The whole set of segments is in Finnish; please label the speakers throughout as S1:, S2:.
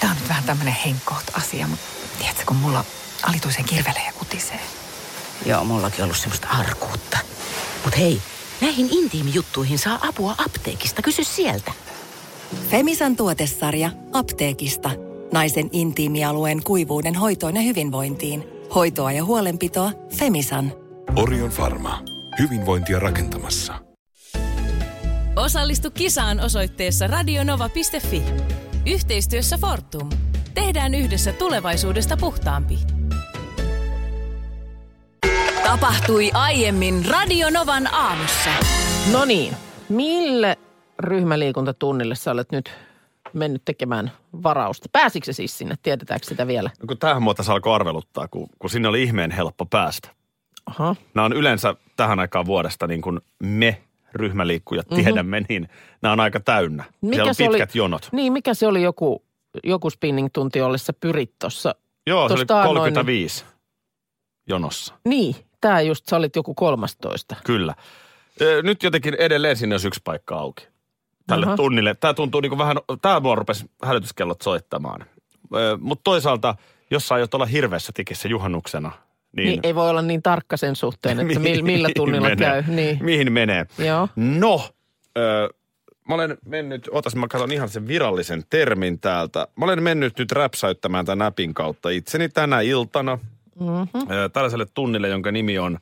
S1: Tämä on nyt vähän tämmöinen henkkoht asia, mutta tiedätkö, kun mulla alituisen kirvelee ja kutisee.
S2: Joo, mullakin ollut semmoista arkuutta. Mut hei, näihin intiimijuttuihin saa apua apteekista. Kysy sieltä.
S3: Femisan tuotesarja apteekista. Naisen intiimialueen kuivuuden hoitoon ja hyvinvointiin. Hoitoa ja huolenpitoa Femisan.
S4: Orion Pharma. Hyvinvointia rakentamassa.
S5: Osallistu kisaan osoitteessa radionova.fi. Yhteistyössä Fortum. Tehdään yhdessä tulevaisuudesta puhtaampi. Tapahtui aiemmin Radionovan aamussa.
S6: No niin, mille ryhmäliikuntatunnille sä olet nyt mennyt tekemään varausta? Pääsikö se siis sinne? Tiedetäänkö sitä vielä?
S7: No kun tähän mua tässä alkoi arveluttaa, kun, kun sinne oli ihmeen helppo päästä.
S6: Aha.
S7: Nämä on yleensä tähän aikaan vuodesta niin kuin me ryhmäliikkujat
S6: Mhm.
S7: tiedämme, niin nämä on aika täynnä. Siellä on pitkät jonot.
S6: Niin, mikä se oli joku, joku spinning-tunti, jolle sä pyrit tuossa?
S7: Joo, se oli
S6: Tuosta annoin,
S7: 35 jonossa.
S6: Niin, tää just, sä olit joku 13.
S7: Kyllä. Ö, Nyt jotenkin edelleen sinne olisi yksi paikka auki tälle
S6: Aha.
S7: Aha. tunnille. Tämä tuntuu niin kuin vähän, tämä mua rupesi hälytyskellot soittamaan. Mutta toisaalta, jos sä aiot olla hirveässä tikissä juhannuksena, niin...
S6: Niin. niin ei voi olla niin tarkka sen suhteen, että mi- millä tunnilla
S7: Mihin
S6: käy.
S7: menee?
S6: Niin.
S7: Mihin menee?
S6: Joo.
S7: No, ö, mä olen mennyt, otas mä katson ihan sen virallisen termin täältä. Mä olen mennyt nyt räpsäyttämään tämän appin kautta itseni tänä iltana mm-hmm. ö, tällaiselle tunnille, jonka nimi on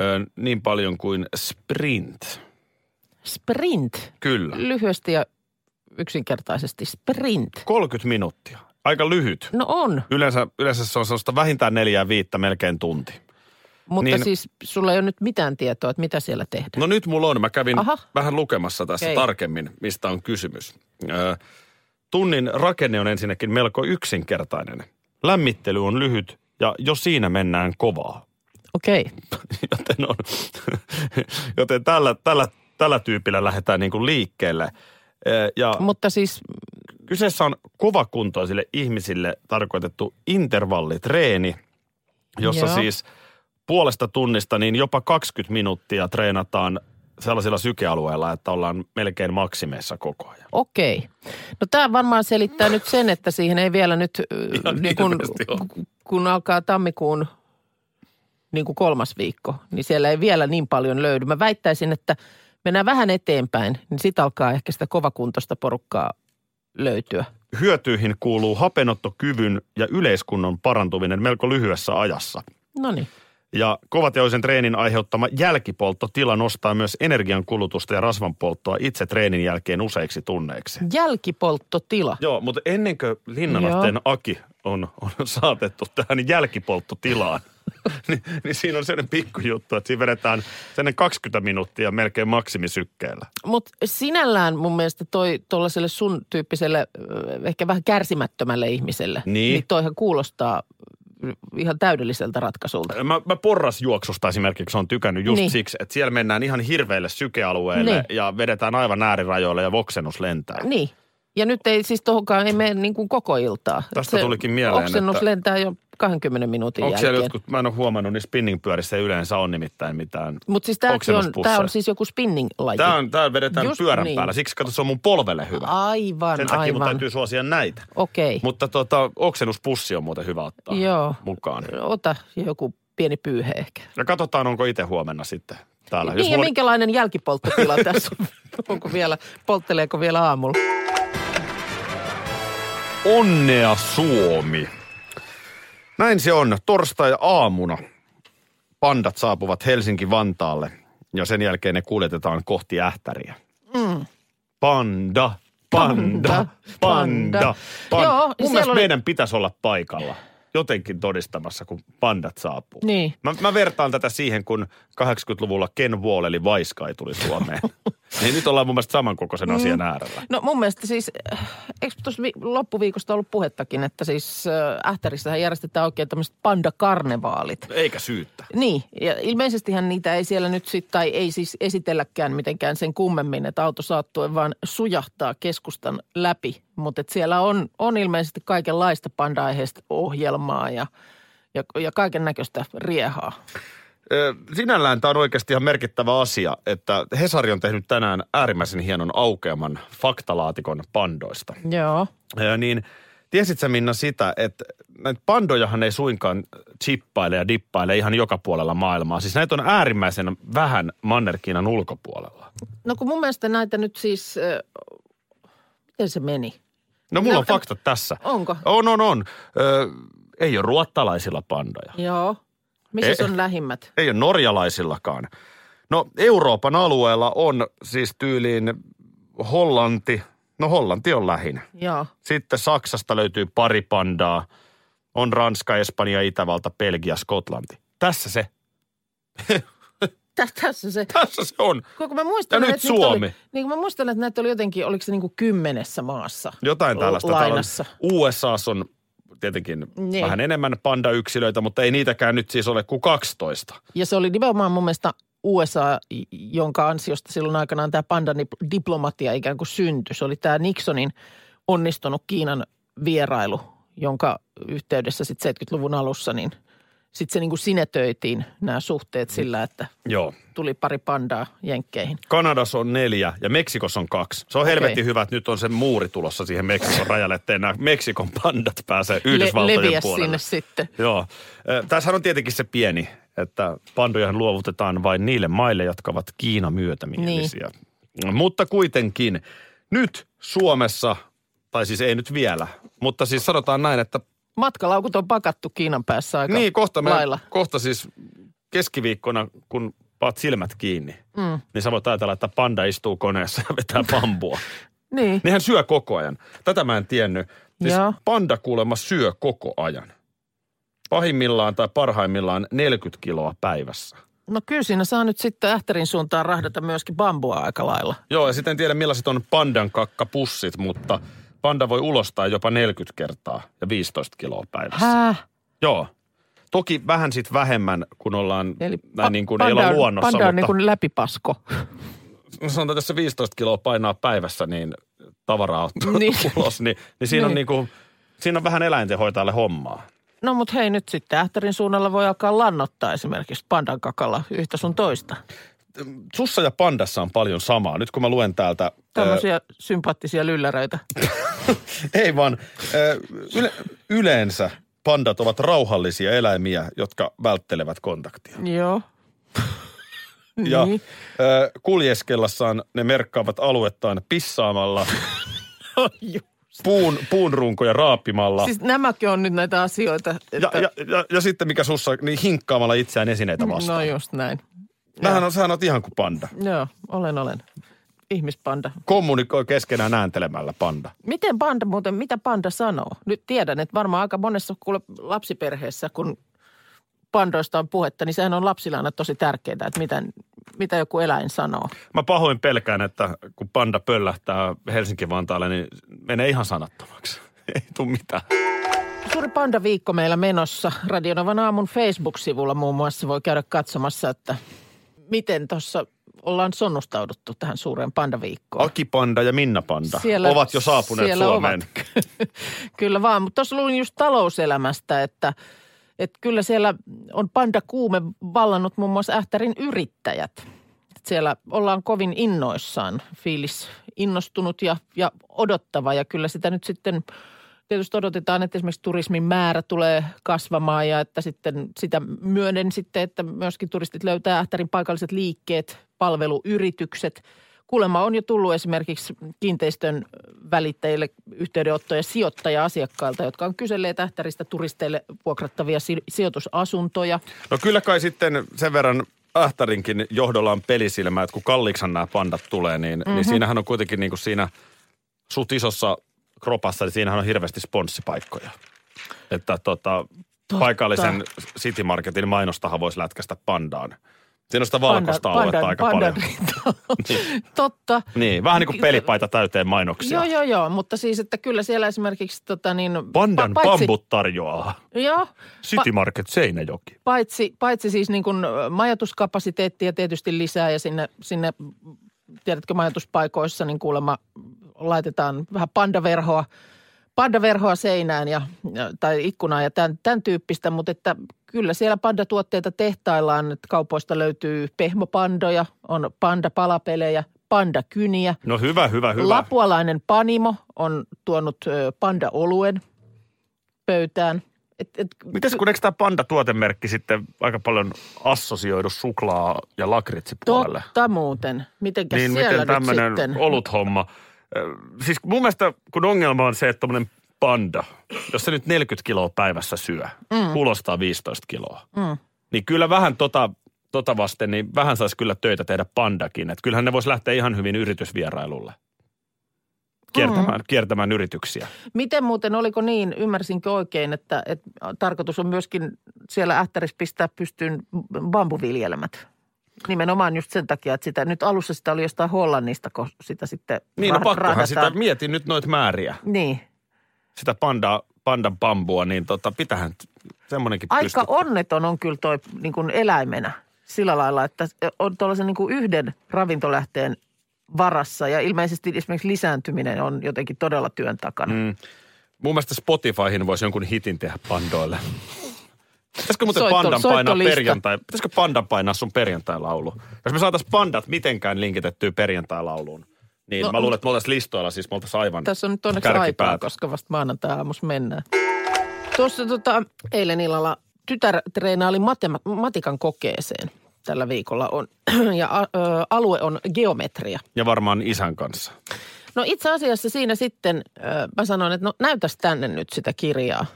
S7: ö, niin paljon kuin Sprint.
S6: Sprint.
S7: Kyllä.
S6: Lyhyesti ja yksinkertaisesti sprint.
S7: 30 minuuttia. Aika lyhyt.
S6: No on,
S7: Yleensä, yleensä se on sellaista vähintään neljää viittä, melkein tunti.
S6: mutta niin.
S7: Niin.
S6: siis sulla ei ole nyt mitään tietoa, että mitä siellä tehdään.
S7: No nyt mulla on. Mä kävin
S6: Aha.
S7: Aha. vähän lukemassa tässä
S6: Okei.
S7: okay. tarkemmin, mistä on kysymys. Ö, tunnin rakenne on ensinnäkin melko yksinkertainen. Lämmittely on lyhyt ja jo siinä mennään kovaa.
S6: Okei. Okay.
S7: Joten, on, joten tällä, tällä, tällä tyypillä lähdetään niin kuin liikkeelle. Ö, Ja
S6: Mutta siis
S7: Kyseessä on kovakuntoisille ihmisille tarkoitettu intervallitreeni, jossa
S6: Joo.
S7: Joo. siis puolesta tunnista niin jopa 20 minuuttia treenataan sellaisilla sykealueilla, että ollaan melkein maksimeissa koko ajan.
S6: okei. Okay. No tämä varmaan selittää nyt sen, että siihen ei vielä nyt, äh,
S7: Ihan
S6: niin kun,
S7: hirveästi ole.
S6: kun alkaa tammikuun niin kuin kolmas viikko, niin siellä ei vielä niin paljon löydy. Mä väittäisin, että mennään vähän eteenpäin, niin sit alkaa ehkä sitä kovakuntoista porukkaa löytyä.
S7: Hyötyihin kuuluu hapenottokyvyn ja yleiskunnon parantuminen melko lyhyessä ajassa.
S6: No niin.
S7: Ja kovateollisen treenin aiheuttama jälkipolttotila nostaa myös energiankulutusta ja rasvanpolttoa itse treenin jälkeen useiksi tunneiksi.
S6: Jälkipolttotila.
S7: Joo, mutta ennen kuin Linnanahteen Aki on, on saatettu tähän jälkipolttotilaan, niin, niin siinä on sellainen pikkujuttu, että siinä vedetään sellainen 20 minuuttia melkein maksimisykkeellä.
S6: Mutta sinällään mun mielestä toi tuollaiselle sun tyyppiselle, ö, ehkä vähän kärsimättömälle ihmiselle,
S7: Niin.
S6: niin toihan kuulostaa ö, ihan täydelliseltä ratkaisulta.
S7: Mä, mä porrasjuoksusta esimerkiksi on tykännyt just
S6: Niin.
S7: niin. siksi, että siellä mennään ihan hirveille sykealueille
S6: Niin.
S7: niin. ja vedetään aivan äärirajoille ja voksennus lentää.
S6: Niin. Ja nyt ei siis tohonkaan, ei mene niin kuin koko iltaa.
S7: Tästä tulikin mieleen,
S6: Oksennus
S7: että-
S6: lentää jo 20 minuutin
S7: Onko siellä
S6: jälkeen.
S7: jotkut, mä en ole huomannut, niin spinningpyörissä ei yleensä on nimittäin mitään
S6: Mutta siis tämäkin on,
S7: oksennuspusseja.
S6: tää on siis joku spinning-laji.
S7: Tää, on, tää vedetään
S6: Just
S7: Just pyörän
S6: niin.
S7: niin. päällä. Siksi kato, se on mun polvelle hyvä.
S6: Aivan,
S7: Sen takia mun
S6: aivan.
S7: täytyy suosia näitä.
S6: Okei.
S7: Mutta tota, oksennuspussi on muuten hyvä ottaa
S6: Joo.
S7: mukaan.
S6: Ota joku pieni pyyhe ehkä.
S7: Ja katsotaan, onko itse huomenna sitten täällä.
S6: Niin ja minkälainen jälkipolttotila tässä on? Onko vielä, poltteleeko vielä aamulla?
S7: Onnea Suomi! Näin se on. Torstai-aamuna pandat saapuvat Helsinki-Vantaalle ja sen jälkeen ne kuljetetaan kohti Ähtäriä. Mm. Panda, panda,
S6: panda.
S7: panda, panda.
S6: Joo, siellä
S7: Mun mielestä
S6: oli-
S7: meidän pitäisi olla paikalla jotenkin todistamassa, kun pandat saapuu.
S6: Niin.
S7: Mä, mä vertaan tätä siihen, kun 80-luvulla Ken Wall eli Vaiskai tuli Suomeen. niin nyt ollaan mun mielestä samankokoisen asian äärellä.
S6: No mun mielestä siis, äh, eikö tuossa vi- loppuviikosta ollut puhettakin, että siis äh, Ähtärissähän järjestetään oikein tämmöiset pandakarnevaalit.
S7: Eikä syyttä.
S6: Niin, ja ilmeisestihän niitä ei siellä nyt sitten, tai ei siis esitelläkään mitenkään sen kummemmin, että auto saattuen vaan sujahtaa keskustan läpi. Mutta et siellä on, on ilmeisesti kaikenlaista panda-aiheista ohjelmaa ja, ja, ja kaiken näköistä riehaa.
S7: Ö, Sinällään tämä on oikeasti ihan merkittävä asia, että Hesari on tehnyt tänään äärimmäisen hienon aukeaman faktalaatikon pandoista.
S6: Joo.
S7: Ö, Niin Tiesit sä Minna sitä, että näitä pandojahan ei suinkaan chippaile ja dippaile ihan joka puolella maailmaa. Siis näitä on äärimmäisen vähän Mannerkiinan ulkopuolella.
S6: No kun mun mielestä näitä nyt siis, äh, miten se meni?
S7: No mulla on
S6: No,
S7: faktat tässä.
S6: Onko?
S7: On, on, on. Ö, ei ole ruottalaisilla pandoja.
S6: Joo. Missä
S7: Eh.
S6: on lähimmät?
S7: Ei ole norjalaisillakaan. No Euroopan alueella on siis tyyliin Hollanti. No Hollanti on lähin.
S6: Joo.
S7: Sitten Saksasta löytyy pari pandaa. On Ranska, Espanja, Itävalta, Belgia, Skotlanti. Tässä se.
S6: Tä, tässä se.
S7: Tässä se on.
S6: Kun kun mä muistelen,
S7: Ja nyt
S6: että niitä
S7: Suomi.
S6: Oli, niin kun mä muistelen, että näitä oli jotenkin, oliko se niin kuin kymmenessä maassa?
S7: Jotain
S6: L-
S7: tällaista. Täällä on-
S6: Lainassa.
S7: USAssa on tietenkin
S6: Niin.
S7: vähän enemmän pandayksilöitä, mutta ei niitäkään nyt siis ole kuin 12.
S6: Ja se oli nimenomaan mun mielestä USA, jonka ansiosta silloin aikanaan tämä pandaniplomatia ikään kuin syntyi. Se oli tämä Nixonin onnistunut Kiinan vierailu, jonka yhteydessä sitten 70-luvun alussa, niin sitten se niin kuin sinetöitiin nämä suhteet
S7: Mm.
S6: sillä, että
S7: Joo.
S6: tuli pari pandaa jenkkeihin.
S7: Kanadassa on neljä ja Meksikossa on kaksi. Se on
S6: Okei.
S7: helvetin hyvä, että nyt on se muuri tulossa siihen Meksikon rajalle, ettei nämä Meksikon pandat pääse
S6: Le-
S7: Yhdysvaltojen
S6: leviä
S7: puolelle.
S6: sinne sitten.
S7: Joo. Ö, Tässähän on tietenkin se pieni, että pandojahan luovutetaan vain niille maille, jotka ovat Kiina myötämielisiä. Niin. Mutta kuitenkin nyt Suomessa, tai siis ei nyt vielä, mutta siis sanotaan näin, että
S6: Matkalaukut on pakattu Kiinan päässä aika
S7: niin, kohta, me,
S6: lailla.
S7: kohta siis keskiviikkona, kun paat silmät kiinni, mm. niin sä voit ajatella, että panda istuu koneessa ja vetää bambua.
S6: Niin.
S7: Nehän syö koko ajan. Tätä mä en tiennyt. Siis
S6: Joo.
S7: panda kuulemma syö koko ajan. Pahimmillaan tai parhaimmillaan 40 kiloa päivässä.
S6: No kyllä siinä saa nyt sitten Ähtärin suuntaan rahdata myöskin bambua aika lailla.
S7: Joo, ja sitten en tiedä millaiset on pandan kakkapussit, mutta panda voi ulostaa jopa 40 kertaa ja 15 kiloa päivässä.
S6: Häh?
S7: Joo. Toki vähän sit vähemmän, kun ollaan Eli näin niin kuin ei
S6: panda
S7: olla
S6: on-
S7: luonnossa,
S6: Panda on
S7: mutta
S6: niin kuin läpipasko.
S7: no sanotaan, että jos se 15 kiloa painaa päivässä, niin tavaraa ottaa
S6: Niin.
S7: ulos, niin, niin siinä on
S6: Niin.
S7: niin kuin, siinä on vähän eläintenhoitajalle hommaa.
S6: No mutta hei, nyt sitten Ähtärin suunnalla voi alkaa lannottaa esimerkiksi pandan kakalla yhtä sun toista.
S7: Sussa ja pandassa on paljon samaa. Nyt kun mä luen täältä... ö,
S6: Tämmöisiä sympaattisia lylläröitä.
S7: ei vaan. Ö, yle, yleensä pandat ovat rauhallisia eläimiä, jotka välttelevät kontaktia.
S6: Joo.
S7: Ja
S6: Niin.
S7: ö, kuljeskellassaan ne merkkaavat aluettaan pissaamalla, puun, puun runkoja raapimalla.
S6: Siis nämäkin on nyt näitä asioita.
S7: ja, ja, ja, ja sitten mikä sussa, niin hinkkaamalla itseään esineitä vastaan.
S6: No just näin.
S7: Nämähän on, sähän oot ihan kuin panda.
S6: Joo, olen, olen. Ihmispanda.
S7: Kommunikoi keskenään ääntelemällä panda.
S6: Miten panda muuten, mitä panda sanoo? Nyt tiedän, että varmaan aika monessa kuule lapsiperheessä, kun pandoista on puhetta, niin sehän on lapsilla aina tosi tärkeää, että mitä, mitä joku eläin sanoo.
S7: Mä pahoin pelkään, että kun panda pöllähtää Helsinki-Vantaalle, niin menee ihan sanattomaksi. Ei tuu mitään.
S6: Suuri pandaviikko meillä menossa. Radionovan aamun Facebook-sivulla muun muassa voi käydä katsomassa, että miten tuossa ollaan sonnustauduttu tähän suureen pandaviikkoon.
S7: Aki Panda ja Minna Panda siellä, ovat jo saapuneet
S6: siellä
S7: Suomeen.
S6: Ovat. kyllä vaan, mutta tuossa luin just talouselämästä, että, että kyllä siellä on pandakuume vallannut muun muassa Ähtärin yrittäjät. Että Siellä ollaan kovin innoissaan, fiilis innostunut ja, ja odottava ja kyllä sitä nyt sitten tietysti odotetaan, että esimerkiksi turismin määrä tulee kasvamaan ja että sitten sitä myöden sitten, että myöskin turistit löytää Ähtärin paikalliset liikkeet, palveluyritykset. Kuulemma on jo tullut esimerkiksi kiinteistön välittäjille yhteydenottoja sijoittaja-asiakkailta, jotka on kyselleet Ähtäristä turisteille vuokrattavia si- sijoitusasuntoja.
S7: No kyllä kai sitten sen verran Ähtärinkin johdolla on pelisilmä, että kun kalliiksan nämä pandat tulee, niin, mm-hmm.
S6: Mhm.
S7: niin siinähän on kuitenkin niin kuin siinä suht isossa kropassa, niin siinähän on hirveästi sponssipaikkoja. Että tota, paikallisen City Marketin mainostahan voisi lätkästä pandaan. Siinä on sitä valkoista aluetta aika paljon.
S6: paljon. Totta.
S7: Niin, vähän niin kuin pelipaita täyteen mainoksia.
S6: Joo, joo, joo, mutta siis, että kyllä siellä esimerkiksi tota niin...
S7: Pandan
S6: pa- paitsi-
S7: bambut tarjoaa
S6: Joo. Pa-
S7: City Market Seinäjoki.
S6: Paitsi, paitsi siis niin kuin ö, majoituskapasiteettia tietysti lisää ja sinne, sinne tiedätkö, majoituspaikoissa niin kuulemma laitetaan vähän pandaverhoa, pandaverhoa seinään ja, ja- tai ikkunaan ja tämän, tämän tyyppistä, mutta että kyllä siellä pandatuotteita tehtaillaan, että kaupoista löytyy pehmopandoja, on pandapalapelejä, pandakyniä.
S7: No hyvä, hyvä, hyvä.
S6: Lapualainen panimo on tuonut ö, pandaoluen pöytään. Et, et,
S7: Mites kun eikö tämä panda-tuotemerkki sitten aika paljon assosioidu suklaa ja lakritsi puolelle?
S6: totta muuten. Mitenkäs
S7: niin
S6: siellä
S7: miten
S6: nyt
S7: tämmöinen
S6: sitten?
S7: oluthomma. Ö, Siis mun mielestä kun ongelma on se, että tommonen panda, jos se nyt 40 kiloa päivässä syö, mm. kulostaa 15 kiloa. Mm. Niin kyllä vähän tota, tota vasten, niin vähän saisi kyllä töitä tehdä pandakin. Että kyllähän ne voisi lähteä ihan hyvin yritysvierailulle. Kiertämään, mm. kiertämään yrityksiä.
S6: Miten muuten, oliko niin, ymmärsinkö oikein, että, että tarkoitus on myöskin siellä ähtärissä pistää pystyyn bambuviljelmät? Nimenomaan just sen takia, että sitä, nyt alussa sitä oli jostain Hollannista, kun sitä sitten
S7: Niin, no
S6: rah-
S7: pakkohan sitä,
S6: rahdataan.
S7: mietin nyt noita määriä.
S6: Niin.
S7: Sitä panda, pandan bambua, niin tota, pitähän semmoinenkin
S6: Aika
S7: pystyttää.
S6: onneton on kyllä toi niin kuin eläimenä sillä lailla, että on tuollaisen niin kuin yhden ravintolähteen varassa ja ilmeisesti esimerkiksi lisääntyminen on jotenkin todella työn takana. Mm.
S7: Mun mielestä Spotifyhin voisi jonkun hitin tehdä pandoille. Pitäisikö muuten
S6: Soitto-
S7: pandan painaa
S6: soittolista.
S7: perjantai? Pitäisikö pandan painaa sun perjantai-laulu? Jos me saatais pandat mitenkään linkitettyä perjantai-lauluun, niin
S6: No,
S7: no, mä luulen, että me oltaisiin listoilla, siis me oltaisiin aivan
S6: Tässä on nyt onneksi
S7: kärkipäätä.
S6: aikaa, koska vasta maanantai aamussa mennään. Tuossa tota, eilen illalla tytär treenaili matema- matikan kokeeseen tällä viikolla on, ja a, ö, alue on geometria.
S7: Ja varmaan isän kanssa.
S6: No itse asiassa siinä sitten ö, mä sanoin, että no näytäs tänne nyt sitä kirjaa.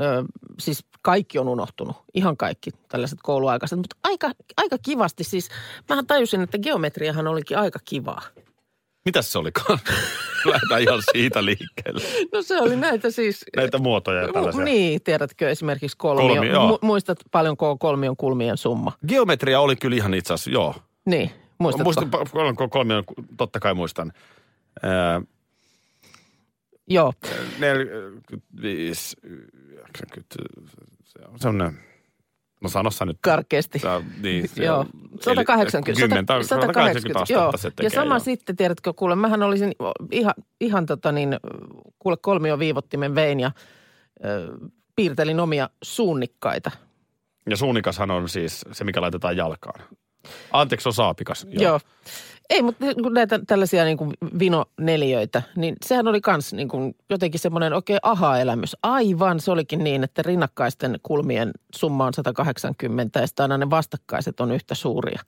S6: Ö, siis kaikki on unohtunut, ihan kaikki tällaiset kouluaikaiset, mutta aika, aika kivasti siis. Mähän tajusin, että geometriahan olikin aika kivaa.
S7: Mitäs se olikaan? Lähdetään ihan siitä liikkeelle.
S6: No se oli näitä siis...
S7: Näitä muotoja ja
S6: Mu-
S7: tällaisia.
S6: Niin, tiedätkö esimerkiksi kolmio.
S7: Kolmi, joo.
S6: Mu- muistat paljonko kolmion kulmien summa?
S7: Geometria oli kyllä ihan itse asiassa, joo.
S6: Niin, muistatko?
S7: Muistan, kolme, kolme, totta kai muistan. Öö,
S6: Joo.
S7: 45, 90, se on semmoinen, no sano sä nyt.
S6: Karkeasti.
S7: Tää, niin, se
S6: Joo.
S7: on- eli
S6: 180.
S7: 10, 180 astetta
S6: joo.
S7: se tekee.
S6: ja sama
S7: joo.
S6: sitten, tiedätkö, kuule, mähän olisin ihan, ihan tota niin, kuule kolmio viivottimen vein ja ö, piirtelin omia suunnikkaita.
S7: Ja suunnikashan on siis se, mikä laitetaan jalkaan. Anteeksi, se on saapikas.
S6: Joo. joo. Ei, mutta kun näitä tällaisia niin kuin vinoneliöitä, niin sehän oli kans niin kuin jotenkin semmoinen oikein aha-elämys. Aivan, se olikin niin, että rinnakkaisten kulmien summa on 180 ja sitten aina ne vastakkaiset on yhtä suuria.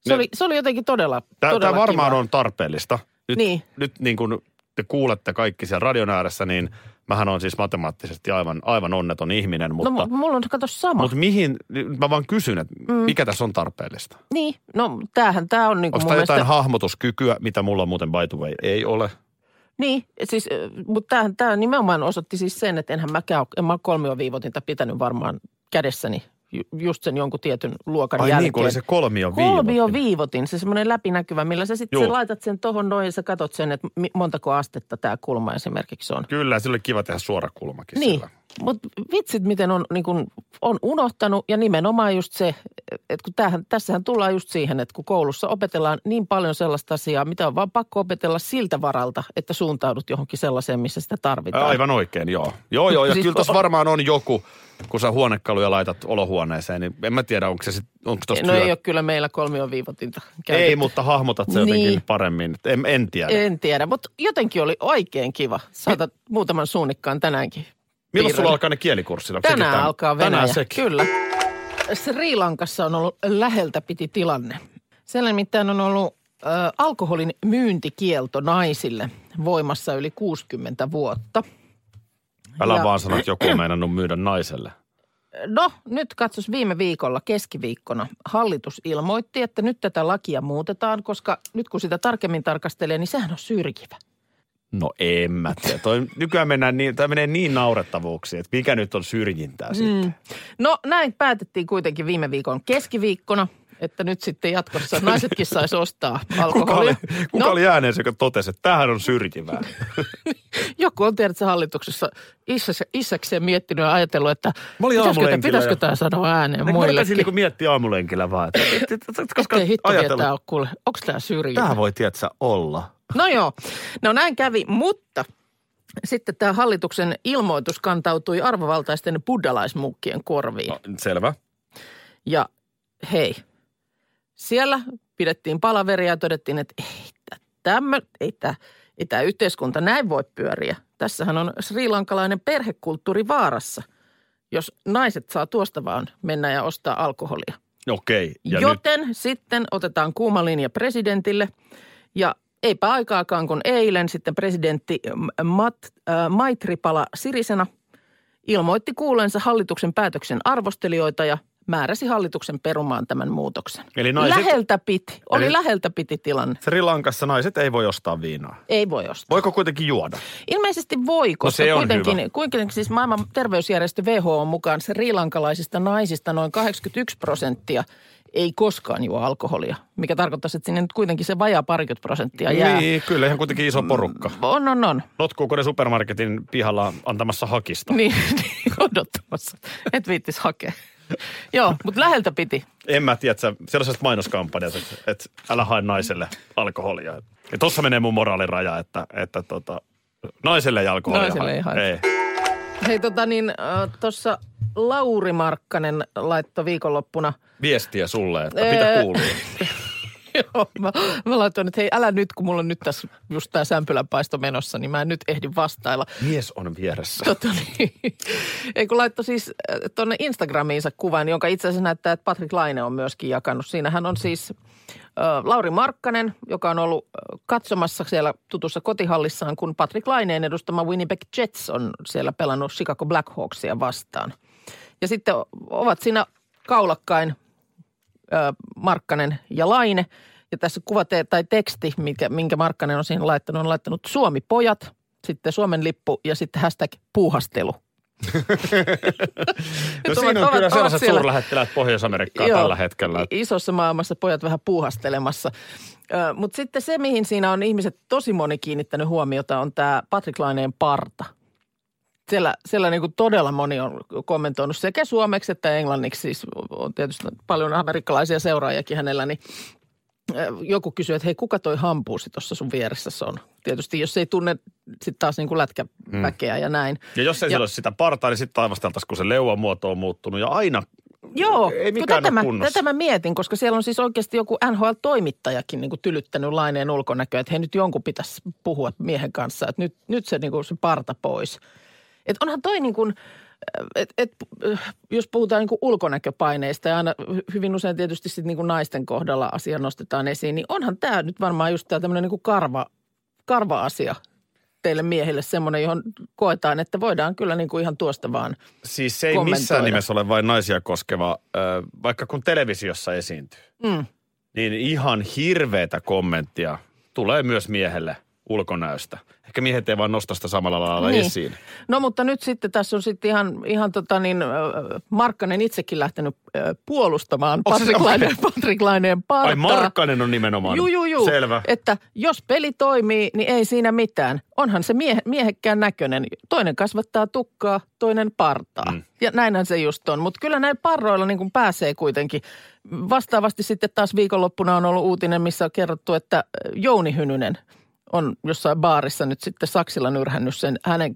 S6: Se,
S7: Ne-
S6: oli, se oli jotenkin todella,
S7: Tämä,
S6: todella
S7: tämä varmaan
S6: kiva.
S7: on tarpeellista. Nyt,
S6: Niin.
S7: nyt niin kuin te kuulette kaikki siellä radion ääressä, niin mähän on siis matemaattisesti aivan, aivan onneton ihminen, mutta...
S6: No mu- mulla on kato sama.
S7: mutta mihin, nyt mä vaan kysyn, että
S6: Mm.
S7: mikä tässä on tarpeellista?
S6: Niin, no tämähän tämä on niinku
S7: Onko
S6: mun
S7: tämä jotain
S6: mielestä...
S7: hahmotuskykyä, mitä mulla muuten by the way ei ole?
S6: Niin, siis, mutta tämähän tämä nimenomaan osoitti siis sen, että enhän mäkään, ole- en mä ole kolmioviivotinta pitänyt varmaan kädessäni ju, just sen jonkun tietyn luokan
S7: Ai
S6: jälkeen.
S7: niin, kun oli se kolmion viivo.
S6: Kolmioviivotin, se semmoinen läpinäkyvä, millä sä sitten
S7: Juu.
S6: sä laitat sen tohon noin ja sä katot sen, että mi- montako astetta tämä kulma esimerkiksi on.
S7: Kyllä, sillä oli kiva tehdä suorakulmakin
S6: Niin,
S7: sillä.
S6: mutta vitsit miten on, niin kun, on unohtanut ja nimenomaan just se, että kun tämähän, tässähän tullaan just siihen, että kun koulussa opetellaan niin paljon sellaista asiaa, mitä on vaan pakko opetella siltä varalta, että suuntaudut johonkin sellaiseen, missä sitä tarvitaan.
S7: Aivan oikein, joo. Joo, joo, ja
S6: Siis-
S7: siis kyllä tuossa varmaan on joku, kun sä huonekaluja laitat olohuoneeseen, niin en mä tiedä, onko se sit, onko tossa
S6: No
S7: työ...
S6: ei ole kyllä meillä kolmioviivotinta käytetty.
S7: ei, mutta hahmotat se jotenkin
S6: Niin.
S7: niin. paremmin. En, en tiedä.
S6: En tiedä, mutta jotenkin oli oikein kiva. Saatat muutaman suunnikkaan tänäänkin.
S7: Milloin sulla
S6: piirrellä.
S7: alkaa ne kielikurssit? Onko
S6: Tänään
S7: sekin tän-
S6: alkaa Venäjä.
S7: Tänään sekin.
S6: Kyllä. Sri Lankassa on ollut läheltä piti tilanne. Siellä nimittäin on ollut ö, alkoholin myyntikielto naisille voimassa yli 60 vuotta.
S7: Älä
S6: Ja-
S7: vaan sano, että joku on meinannut myydä naiselle.
S6: No nyt katsos viime viikolla keskiviikkona hallitus ilmoitti, että nyt tätä lakia muutetaan, koska nyt kun sitä tarkemmin tarkastelee, niin sehän on syrjivä.
S7: No en mä tiedä. Toi, nykyään mennään niin, tämä menee niin naurettavuuksiin, että mikä nyt on syrjintää mm. sitten.
S6: No näin päätettiin kuitenkin viime viikon keskiviikkona, että nyt sitten jatkossa naisetkin saisi ostaa alkoholia.
S7: Kuka, oli, kuka
S6: no,
S7: no. oli ääneensä, joka totesi, että tämähän on syrjivää?
S6: Joku on tiedätkö hallituksessa isäkseen, isäkseen miettinyt ja ajatellut, että
S7: Mä olin
S6: pitäisikö, tämä,
S7: aamulenkillä
S6: pitäisikö
S7: ja-
S6: tämä sanoa ääneen
S7: Mä rupesin
S6: muillekin.
S7: niinku miettiä aamulenkillä vaan, että et- et- et- et- koska
S6: Ettei hitto
S7: ajatellut,
S6: tietää ole kuule, onko tämä syrjintä?
S7: tämä voi tietää olla.
S6: No joo, no näin kävi, mutta sitten tämä hallituksen ilmoitus kantautui arvovaltaisten buddalaismunkkien korviin.
S7: Selvä.
S6: Ja hei, siellä pidettiin palaveria ja todettiin, että ei tämä ei tää, ei tää yhteiskunta näin voi pyöriä. Tässähän on srilankalainen perhekulttuuri vaarassa, jos naiset saa tuosta vaan mennä ja ostaa alkoholia.
S7: Okei. Ja nyt
S6: Joten sitten otetaan kuuma linja presidentille ja eipä aikaakaan kun eilen sitten presidentti M- Mat, äh, Maitripala Sirisena ilmoitti kuulensa hallituksen päätöksen arvostelijoita ja määräsi hallituksen perumaan tämän muutoksen.
S7: Eli naiset-
S6: Läheltä piti, oli
S7: Eli-
S6: läheltä piti tilanne.
S7: Sri Lankassa naiset ei voi ostaa viinaa.
S6: Ei voi ostaa.
S7: Voiko kuitenkin juoda?
S6: Ilmeisesti voi, koska
S7: No se on
S6: kuitenkin,
S7: hyvä.
S6: kuitenkin siis maailman terveysjärjestö WHO on mukaan srilankalaisista naisista noin 81 prosenttia ei koskaan juo alkoholia, mikä tarkoittaa, että sinne nyt kuitenkin se vajaa parikymmentä prosenttia jää.
S7: Niin, kyllä ihan kuitenkin iso porukka.
S6: On, on, on.
S7: Notkuuko ne supermarketin pihalla antamassa hakista?
S6: Niin, niin, odottamassa. Et viittis hakea. Joo, mutta läheltä piti.
S7: En mä tiedä, että sellaiset mainoskampanjat, että, että älä hae naiselle alkoholia. Ja tossa menee mun moraaliraja, että, että tota, naiselle ei alkoholia
S6: Naiselle ei hae.
S7: Ei.
S6: Hei tota niin, äh, tuossa Lauri Markkanen laittoi viikonloppuna –
S7: Viestiä sulle, että no,
S6: Ee.
S7: mitä kuuluu.
S6: Joo, mä, mä laitoin, että hei älä nyt, kun mulla on nyt tässä just tää sämpylän paisto menossa, niin mä en nyt ehdi vastailla.
S7: Mies on vieressä.
S6: Totta niin. Ei kun laittoi siis äh, tuonne Instagramiinsa kuvan, jonka itse asiassa näyttää, että Patrick Laine on myöskin jakanut. Siinähän on siis äh, Lauri Markkanen, joka on ollut äh, katsomassa siellä tutussa kotihallissaan, kun Patrick Laineen edustama Winnipeg Jets on siellä pelannut Chicago Blackhawksia vastaan. Ja sitten o- ovat siinä kaulakkain ö, Markkanen ja Laine. Ja tässä kuva te- tai teksti, mikä, minkä Markkanen on siihen laittanut, on laittanut Suomi pojat, sitten Suomen lippu ja sitten hashtag puuhastelu.
S7: No
S6: Nyt
S7: siinä
S6: ovat-
S7: on kyllä
S6: ovat
S7: sellaiset
S6: siellä.
S7: suurlähettiläät Pohjois-Amerikkaa
S6: Joo,
S7: tällä hetkellä.
S6: i- Isossa maailmassa pojat vähän puuhastelemassa. Mutta sitten se, mihin siinä on ihmiset tosi moni kiinnittänyt huomiota, on tämä Patrick Laineen parta. Siellä, siellä niinku todella moni on kommentoinut sekä suomeksi että englanniksi. Siis on tietysti paljon amerikkalaisia seuraajakin hänellä, niin ö, joku kysyy, että hei, kuka toi hampuusi tuossa sun vieressä on? Tietysti jos ei tunne sitten taas niinku
S7: Mm.
S6: lätkäväkeä ja näin.
S7: Ja jos ei
S6: Ja-
S7: siellä ole sitä partaa, niin sitten taivasteltaisiin, kun se leuan muoto on muuttunut. Ja aina
S6: Joo,
S7: Ei
S6: kun
S7: mikään
S6: tätä,
S7: ole
S6: mä,
S7: kunnossa.
S6: tätä mä mietin, koska siellä on siis oikeasti joku NHL-toimittajakin niin tylyttänyt laineen ulkonäköä, että hei nyt jonkun pitäisi puhua miehen kanssa, että nyt, nyt se, niin kuin, se parta pois. Et onhan toi niin kuin, et, et, jos puhutaan niin kuin ulkonäköpaineista ja aina hy- hyvin usein tietysti sit niin kuin naisten kohdalla asia nostetaan esiin, niin onhan tämä nyt varmaan just tämä tämmöinen niin kuin karva, karva-asia teille miehille semmoinen, johon koetaan, että voidaan kyllä niin kuin ihan tuosta vaan.
S7: Siis se ei
S6: kommentoida.
S7: missään nimessä ole vain naisia koskeva, ö, vaikka kun televisiossa esiintyy.
S6: Mm.
S7: Niin ihan hirveätä kommenttia tulee myös miehelle ulkonäöstä. Ehkä miehet ei vaan nosta sitä samalla lailla
S6: Niin.
S7: esiin.
S6: No mutta nyt sitten tässä on sitten ihan, ihan tota niin, äh, Markkanen itsekin lähtenyt äh, puolustamaan
S7: Onko se
S6: Patrick,
S7: se-
S6: Laineen, Patrick Laineen partaa.
S7: Ai Markkanen on nimenomaan.
S6: Juu, juu, juu.
S7: Selvä.
S6: Että jos peli toimii, niin ei siinä mitään. Onhan se miehe, miehekkään näköinen. Toinen kasvattaa tukkaa, toinen partaa. Mm. Ja näinhän se just on. Mutta kyllä näin parroilla niin kuin pääsee kuitenkin. Vastaavasti sitten taas viikonloppuna on ollut uutinen, missä on kerrottu, että äh, Jouni Hynynen on jossain baarissa nyt sitten Saksilla nyrhännyt sen. Hänen,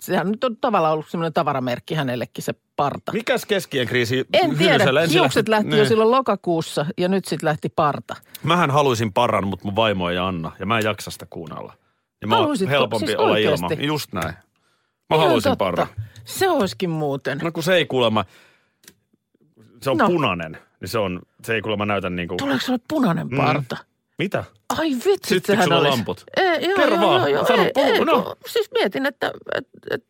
S6: sehän nyt on tavallaan ollut semmoinen tavaramerkki hänellekin se parta.
S7: Mikäs keskien kriisi
S6: En tiedä,
S7: Hyrysellä ensin
S6: hiukset lähti jo
S7: Niin.
S6: silloin lokakuussa ja nyt sitten lähti parta.
S7: Mähän haluaisin parran, mutta mun vaimo ei anna. Ja mä en jaksa sitä kuunnella. Ja mä oon
S6: Haluaisitko?
S7: helpompi
S6: Siis
S7: olla
S6: oikeesti?
S7: ilman. Just näin. Mä
S6: Ihan
S7: haluaisin
S6: totta.
S7: parran.
S6: Se olisikin muuten.
S7: No kun se ei kuulemma, se on
S6: No.
S7: no. punainen, niin se, on, se ei kuulemma näytä niin kuin...
S6: Tuleeko sulle punainen
S7: Mm.
S6: parta?
S7: Mitä?
S6: Ai vitsi,
S7: Syttikö
S6: sehän
S7: sulla
S6: olisi.
S7: lamput?
S6: Ei, joo,
S7: Kerro
S6: joo,
S7: vaan,
S6: joo, joo,
S7: sano,
S6: ei,
S7: puhu,
S6: ei,
S7: no.
S6: kun- Siis mietin, että et, et,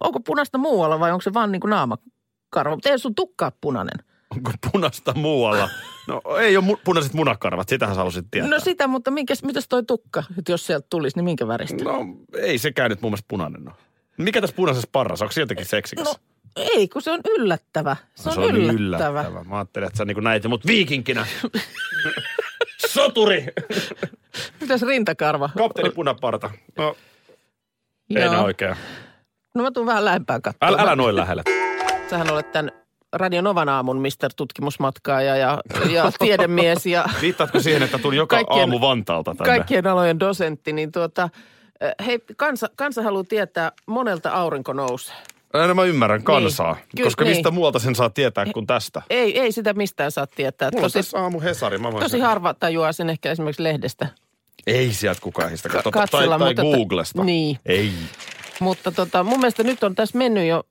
S6: onko punaista muualla vai onko se vaan niin kuin naamakarva. Mutta ei sun tukkaa punainen.
S7: Onko punasta muualla? No ei ole mu- punaiset munakarvat, sitähän sä halusit tietää.
S6: No sitä, mutta minkäs, mitäs toi tukka, että jos sieltä tulisi, niin minkä väristä?
S7: no ei sekään nyt mun mielestä punainen ole. Mikä tässä punaisessa parrassa? Onko se jotenkin seksikäs?
S6: No, ei, kun se on yllättävä. Se,
S7: No,
S6: on, yllättävä.
S7: Mä ajattelin, että sä niin näit mut viikinkinä. Soturi!
S6: Mitäs rintakarva?
S7: Kapteeni punaparta. No, ei
S6: Joo.
S7: nää oikein.
S6: No mä tuun vähän lähempää katsomaan.
S7: Älä, älä noin lähellä.
S6: Sähän olet tämän Radio Novan aamun mister tutkimusmatkaaja ja, ja tiedemies ja
S7: Viittaatko siihen, että tuli joka
S6: Kaikkien-
S7: aamu Vantaalta tänne?
S6: kaikkien alojen dosentti, niin tuota, eh, hei, kansa, kansa haluaa tietää, monelta aurinko nousee.
S7: No mä ymmärrän kansaa,
S6: Niin.
S7: niin.
S6: Ky-
S7: koska
S6: niin.
S7: mistä muualta sen saa tietää kuin tästä.
S6: Ei, ei sitä mistään saa tietää.
S7: Mulla on
S6: Tosi,
S7: tässä aamu Hesari, mä voin
S6: tosi
S7: sen-
S6: harva tajuaa sen ehkä esimerkiksi lehdestä.
S7: Ei sieltä kukaan sitä katsota.
S6: katsella,
S7: tai, tai
S6: mutta-
S7: Googlesta.
S6: Niin.
S7: Ei.
S6: Mutta tota, mun mielestä nyt on tässä mennyt jo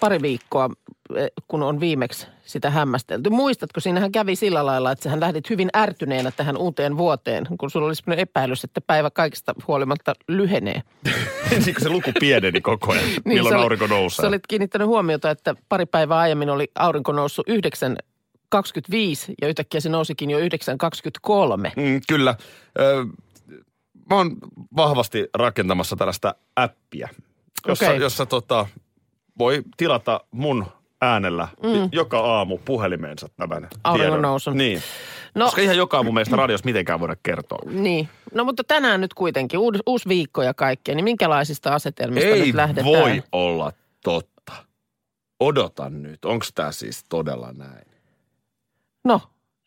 S6: pari viikkoa, eh, kun on viimeksi sitä hämmästelty. Muistatko, siinähän kävi sillä lailla, että sähän lähdit hyvin ärtyneenä tähän uuteen vuoteen, kun sulla oli sellainen epäilys, että päivä kaikesta huolimatta lyhenee.
S7: niin kuin se luku pieneni koko ajan, niin milloin
S6: sä olit-
S7: aurinko nousee.
S6: Sä olit kiinnittänyt huomiota, että pari päivää aiemmin oli aurinko noussut 9.25 ja yhtäkkiä se nousikin jo 9.23.
S7: Mm, kyllä. Ö, mä oon vahvasti rakentamassa tällaista appia, jossa,
S6: Okei.
S7: jossa tota, voi tilata mun äänellä mm. joka aamu puhelimeensa tämän tiedon.
S6: Auringonnousun.
S7: Niin. No.
S6: No,
S7: Koska ihan joka aamu meistä radiossa mitenkään voida kertoa.
S6: niin. No mutta tänään nyt kuitenkin, uusi, uusi viikko ja kaikkea, niin minkälaisista asetelmista
S7: Ei
S6: nyt lähdetään?
S7: voi olla totta. Odotan nyt, onko tämä siis todella näin?
S6: No,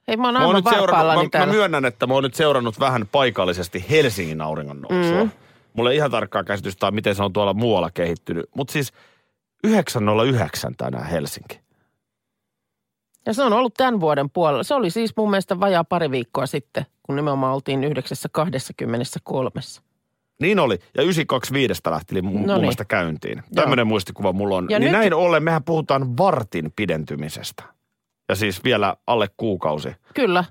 S6: hei mä oon
S7: Mä, oon
S6: aivan
S7: nyt seurannut,
S6: varpaillani
S7: mä, mä
S6: täällä.
S7: myönnän, että mä oon nyt seurannut vähän paikallisesti Helsingin auringon nousua. Mm. Mulla ei ihan tarkkaa käsitystä, ole, miten se on tuolla muualla kehittynyt. Mutta siis 9.09 tänään Helsinki.
S6: Ja se on ollut tämän vuoden puolella. Se oli siis mun mielestä vajaa pari viikkoa sitten, kun nimenomaan oltiin 9.23.
S7: Niin oli. Ja 925 lähti eli mun, mun
S6: niin.
S7: mielestä käyntiin. Tämmöinen muistikuva mulla on.
S6: Ja
S7: niin
S6: nyt-
S7: näin ollen mehän puhutaan vartin pidentymisestä. Ja siis vielä alle kuukausi
S6: Kyllä,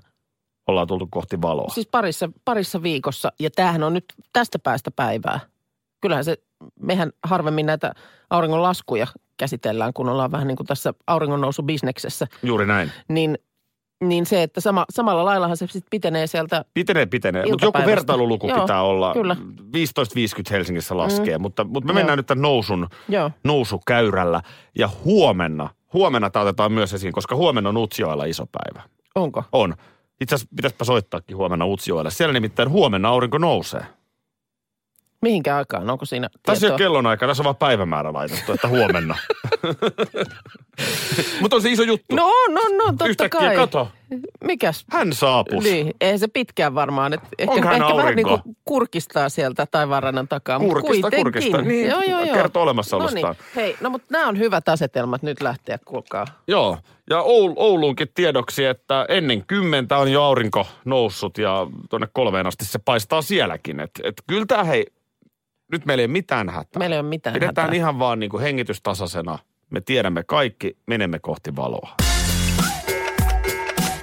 S7: ollaan tultu kohti valoa.
S6: siis parissa, parissa viikossa. Ja tämähän on nyt tästä päästä päivää. Kyllähän se, mehän harvemmin näitä auringon laskuja käsitellään, kun ollaan vähän niin kuin tässä auringon bisneksessä.
S7: Juuri näin.
S6: Niin, niin se, että sama, samalla laillahan se sitten pitenee sieltä
S7: Pitenee, pitenee. Mutta joku
S6: Iltapäivästä.
S7: vertailuluku
S6: Joo,
S7: pitää olla.
S6: kyllä.
S7: 15.50 Helsingissä laskee, mm. mutta, mutta me
S6: Joo.
S7: mennään nyt tämän nousun,
S6: Joo.
S7: nousukäyrällä. Ja huomenna, huomenna tämä otetaan myös esiin, koska huomenna on Utsjoella iso päivä.
S6: Onko?
S7: On. Itse asiassa pitäisipä soittaakin huomenna Utsjoelle. Siellä nimittäin huomenna aurinko nousee.
S6: Mihinkä aikaan? Onko siinä
S7: Tässä ei
S6: tietoa?
S7: ole kellonaika, tässä on vaan päivämäärä laitettu, että huomenna. Mutta on se iso juttu.
S6: No on, on, on, totta
S7: Yhtäkkiä
S6: kai.
S7: kato,
S6: Mikäs?
S7: hän saapus.
S6: Niin, eihän se pitkään varmaan. Et ehkä
S7: Onko hän
S6: ehkä vähän niin
S7: aurinko?
S6: kuin kurkistaa sieltä taivaanrannan takaa. mut
S7: Kurkistaa,
S6: kuitenkin.
S7: kurkistaa. Niin,
S6: joo, joo, joo.
S7: kertoo olemassaolostaan.
S6: Noniin. Hei, no mutta nämä on hyvät asetelmat nyt lähteä, kuulkaa.
S7: Joo, ja Oul- Ouluunkin tiedoksi, että ennen kymmentä on jo aurinko noussut ja tuonne kolmeen asti se paistaa sielläkin. Et, et kyllä tämä hei, nyt meillä ei ole mitään hätää.
S6: Meillä ei ole mitään
S7: Pidetään
S6: hätää.
S7: ihan vaan niin kuin hengitystasasena. Me tiedämme kaikki, menemme kohti valoa.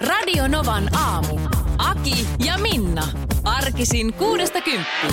S5: Radio Novan aamu. Aki ja Minna. Arkisin kuudesta kymppiin.